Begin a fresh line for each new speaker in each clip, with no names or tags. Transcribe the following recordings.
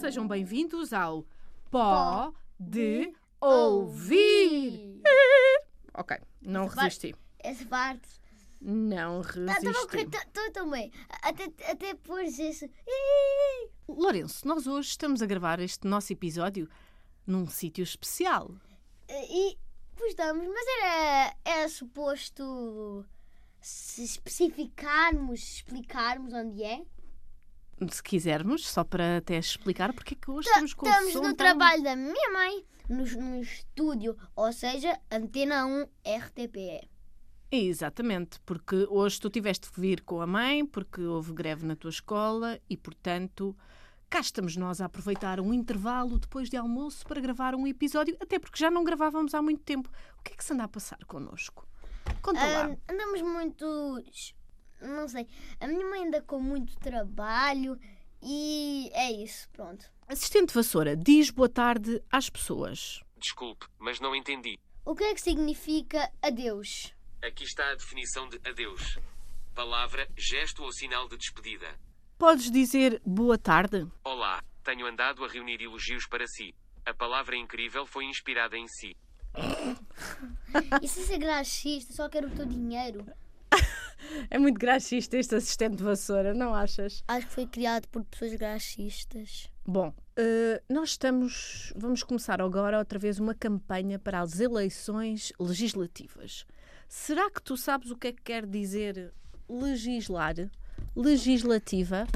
sejam bem-vindos ao Pó de Ouvir. Ok, não
Vai.
resisti.
Essa parte.
Não
Tá, tá bom,
resisti.
estou também. Até, até pôr isso.
Lourenço, nós hoje estamos a gravar este nosso episódio num sítio especial.
E pois damos, mas era, era suposto se especificarmos, explicarmos onde é.
Se quisermos, só para até explicar porque é que hoje estamos com
Tá, Estamos
o som
no
tão-
trabalho da minha mãe, no, no estúdio, ou seja, Antena 1 RTPE.
Exatamente, porque hoje tu tiveste que vir com a mãe, porque houve greve na tua escola e, portanto, cá estamos nós a aproveitar um intervalo depois de almoço para gravar um episódio, até porque já não gravávamos há muito tempo. O que é que se anda a passar connosco? Conta lá.
An- Ah, andamos muitos. Não sei. A minha mãe anda com muito trabalho e é isso, pronto.
Assistente Vassoura, diz boa tarde às pessoas.
Desculpe, mas não entendi.
O que é que significa adeus?
Aqui está a definição de adeus. Palavra, gesto ou sinal de despedida.
Podes dizer boa tarde?
Olá, tenho andado a reunir elogios para si. A palavra incrível foi inspirada em si.
E se ser graxista, só quero o teu dinheiro.
É muito graxista este assistente Vassoura, não achas?
Acho que foi criado por pessoas graxistas.
Bom, eh, nós estamos. Vamos começar agora outra vez uma campanha para as eleições legislativas. Será que tu sabes o que é que quer dizer legislar? Legislativa?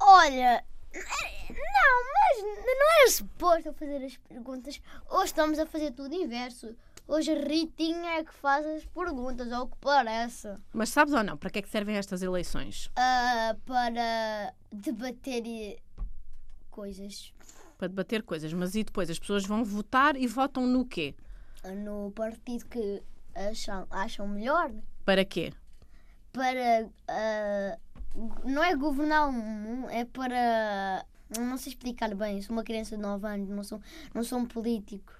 Olha, não, mas não era suposto eu fazer as perguntas. Hoje estamos a fazer tudo inverso. Hoje a Ritinha é que faz as perguntas, ao que parece.
Mas sabes ou não para que é que servem estas eleições?
Ah, para debater e- coisas
Para debater coisas, mas e depois as pessoas vão votar e votam no quê?
no partido que acham, acham melhor. né?
Para quê?
Para. ah, não é governar o mundo, é para. Não sei explicar bem, sou uma criança de 9 anos, não sou, não sou um político.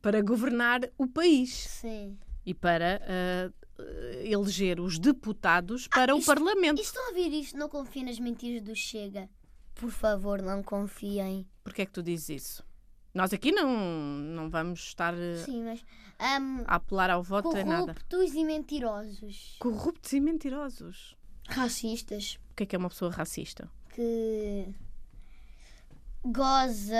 Para governar o país
Sim.
e para eh, eh, eleger os deputados para o
isto-
Parlamento.
E se estão a ouvir isto, não confiem nas mentiras do Chega. Por favor, não confiem.
Porquê é que tu dizes isso? Nós aqui não, não vamos estar eh,
Sim, mas. ahm,
a apelar ao voto é nada.
corruptos e mentirosos.
Corruptos e mentirosos.
Racistas.
O que é que é uma pessoa racista?
que goza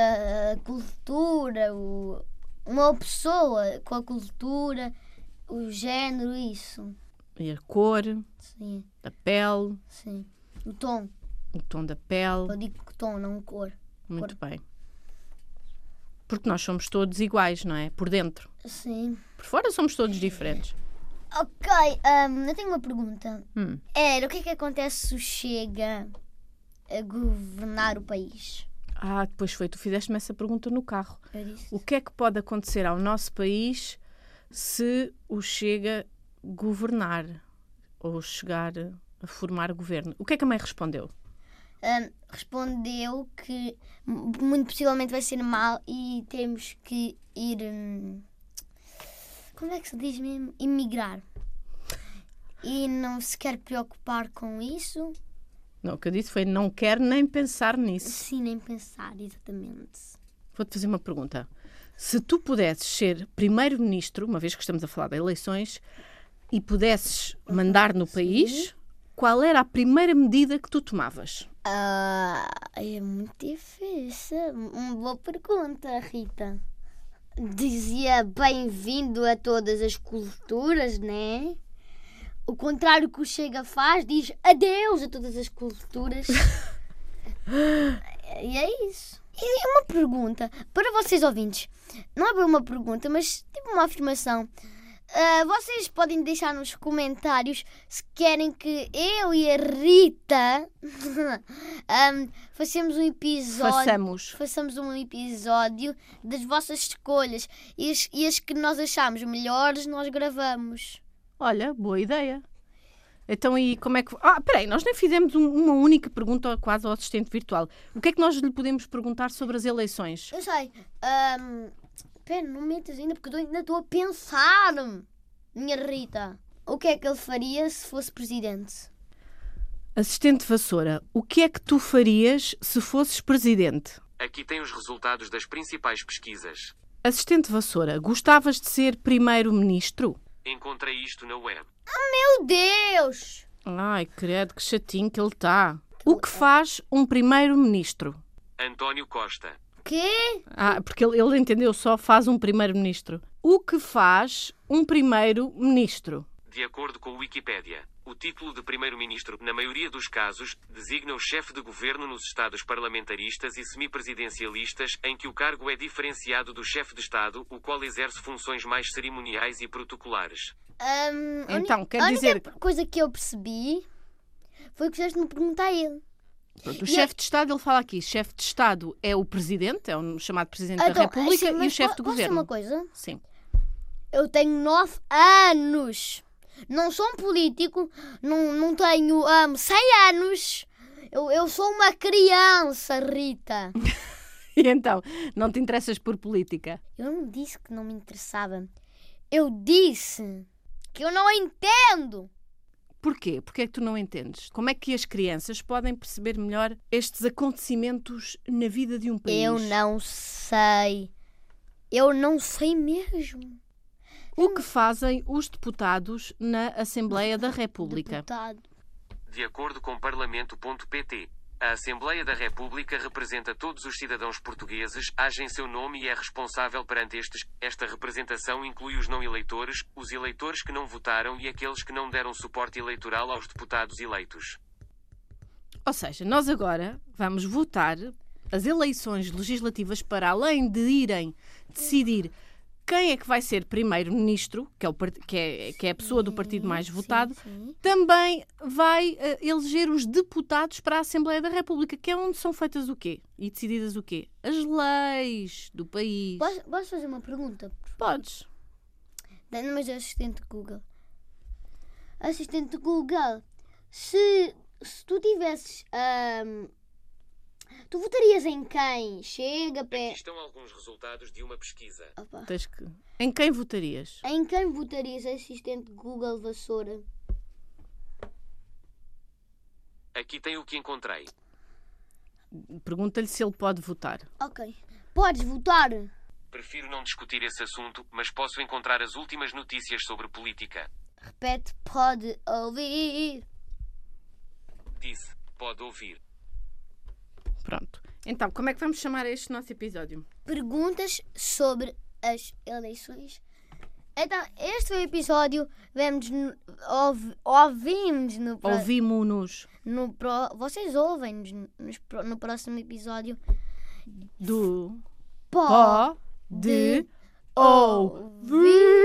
a cultura, o- uma pessoa com a cultura, o género, isso.
E a cor,
Sim,
a pele,
sim. O tom.
o tom da pele.
Eu digo que tom, não cor.
Muito bem. Porque nós somos todos iguais, não é? Por dentro.
Sim.
Por fora somos todos diferentes.
Ok, ahm, eu tenho uma pergunta.
Hum.
Era, o que é que acontece se o chega a governar o país?
Ah, depois foi. Tu fizeste-me essa pergunta no carro.
Eu disse.
O que é que pode acontecer ao nosso país se o Chega governar ou chegar a formar governo? O que é que a mãe respondeu?
Ahm, Hum, respondeu que mu- muito possivelmente vai ser mal e temos que ir. hum, como é que se diz mesmo? Imigrar. E não se quer preocupar com isso,
Não, o que eu disse foi não quero nem pensar nisso.
sim, nem pensar exatamente.
Vou-te fazer uma pergunta. Se tu pudesses ser primeiro-ministro, uma vez que estamos a falar de eleições, e pudesses mandar no país, qual era a primeira medida que tu tomavas?
Ah, é muito difícil. Uma boa pergunta, Rita. Dizia bem-vindo a todas as culturas, né? O contrário que o Chega faz, diz adeus a todas as culturas. e é isso. E uma pergunta para vocês ouvintes. Não é bem uma pergunta, mas tipo uma afirmação. Ah, vocês podem deixar nos comentários se querem que eu e a Rita ahm, façamos um episódio
Façamos.
façamos um episódio das vossas escolhas e as, e as que nós achamos melhores nós gravamos.
Olha, boa ideia. Então, e como é que. Ah, peraí, nós nem fizemos um- uma única pergunta ao- quase ao assistente virtual. O que é que nós lhe podemos perguntar sobre as eleições?
Eu sei. ahm, Pera, não metas ainda porque eu ainda estou a pensar. Minha Rita, o que é que ele faria se fosse presidente?
Assistente Vassoura, o que é que tu farias se fosses presidente?
Aqui tem os resultados das principais pesquisas.
Assistente Vassoura, gostavas de ser primeiro-ministro?
Encontrei isto na web.
Meu Deus!
Ai, credo, que chatinho que ele tá. está. O que faz um primeiro-ministro?
António Costa.
Quê?
Ah, porque ele, ele entendeu só faz um primeiro-ministro. O que faz um primeiro-ministro?
De acordo com o Wikipédia, o título de primeiro-ministro, na maioria dos casos, designa o chefe de governo nos estados parlamentaristas e semipresidencialistas, em que o cargo é diferenciado do chefe de Estado, o qual exerce funções mais cerimoniais e protocolares.
Ahm, Hum, a uni-
Então, quer
a
dizer-
única coisa que eu percebi foi que fizeste-me perguntar a ele.
Pronto, o
é-
chefe de Estado, ele fala aqui, chefe de Estado é o presidente, é o chamado presidente da
Então,
República
assim,
e o
mas
chefe de
po- posso dizer
governo.
uma coisa?
Sim.
Eu tenho nove anos. Não sou um político. Não, não tenho um, 100 anos. Eu, eu sou uma criança, Rita.
E então, não te interessas por política?
Eu não disse que não me interessava. Eu disse que eu não entendo.
Porquê? Porquê é que tu não entendes? Como é que as crianças podem perceber melhor estes acontecimentos na vida de um país?
Eu não sei. Eu não sei mesmo.
O que fazem os deputados na Assembleia da República?
Deputado.
De acordo com parlamento.pt, a Assembleia da República representa todos os cidadãos portugueses, age em seu nome e é responsável perante estes. Esta representação inclui os não eleitores, os eleitores que não votaram e aqueles que não deram suporte eleitoral aos deputados eleitos.
Ou seja, nós agora vamos votar as eleições legislativas para além de irem decidir quem é que vai ser primeiro-ministro, que, é o part- que é- que é a pessoa do partido mais votado,
Sim.
também vai eh, eleger os deputados para a Assembleia da República, que é onde são feitas o quê? E decididas o quê? As leis do país.
Posso, posso fazer uma pergunta?
Podes.
Dando mais assistente Google. Assistente Google, se, se tu tivesses. ahm, tu votarias em quem? Chega,
Aqui
pé.
estão alguns resultados de uma pesquisa.
Opa.
Tens que... Em quem votarias?
Em quem votarias assistente Google Vassoura?
Aqui tem o que encontrei.
Pergunta-lhe se ele pode votar.
Ok. Podes votar?
Prefiro não discutir esse assunto, mas posso encontrar as últimas notícias sobre política.
Repete, pode ouvir.
Disse, pode ouvir.
Pronto. Então, como é que vamos chamar este nosso episódio?
Perguntas sobre as eleições. Então, este foi o episódio. Vemos no, ouv, ouvimos no pro-
Ouvimos-nos
no pro- vocês ouvem-nos no, no próximo episódio.
do
Pó
pó de ouvir.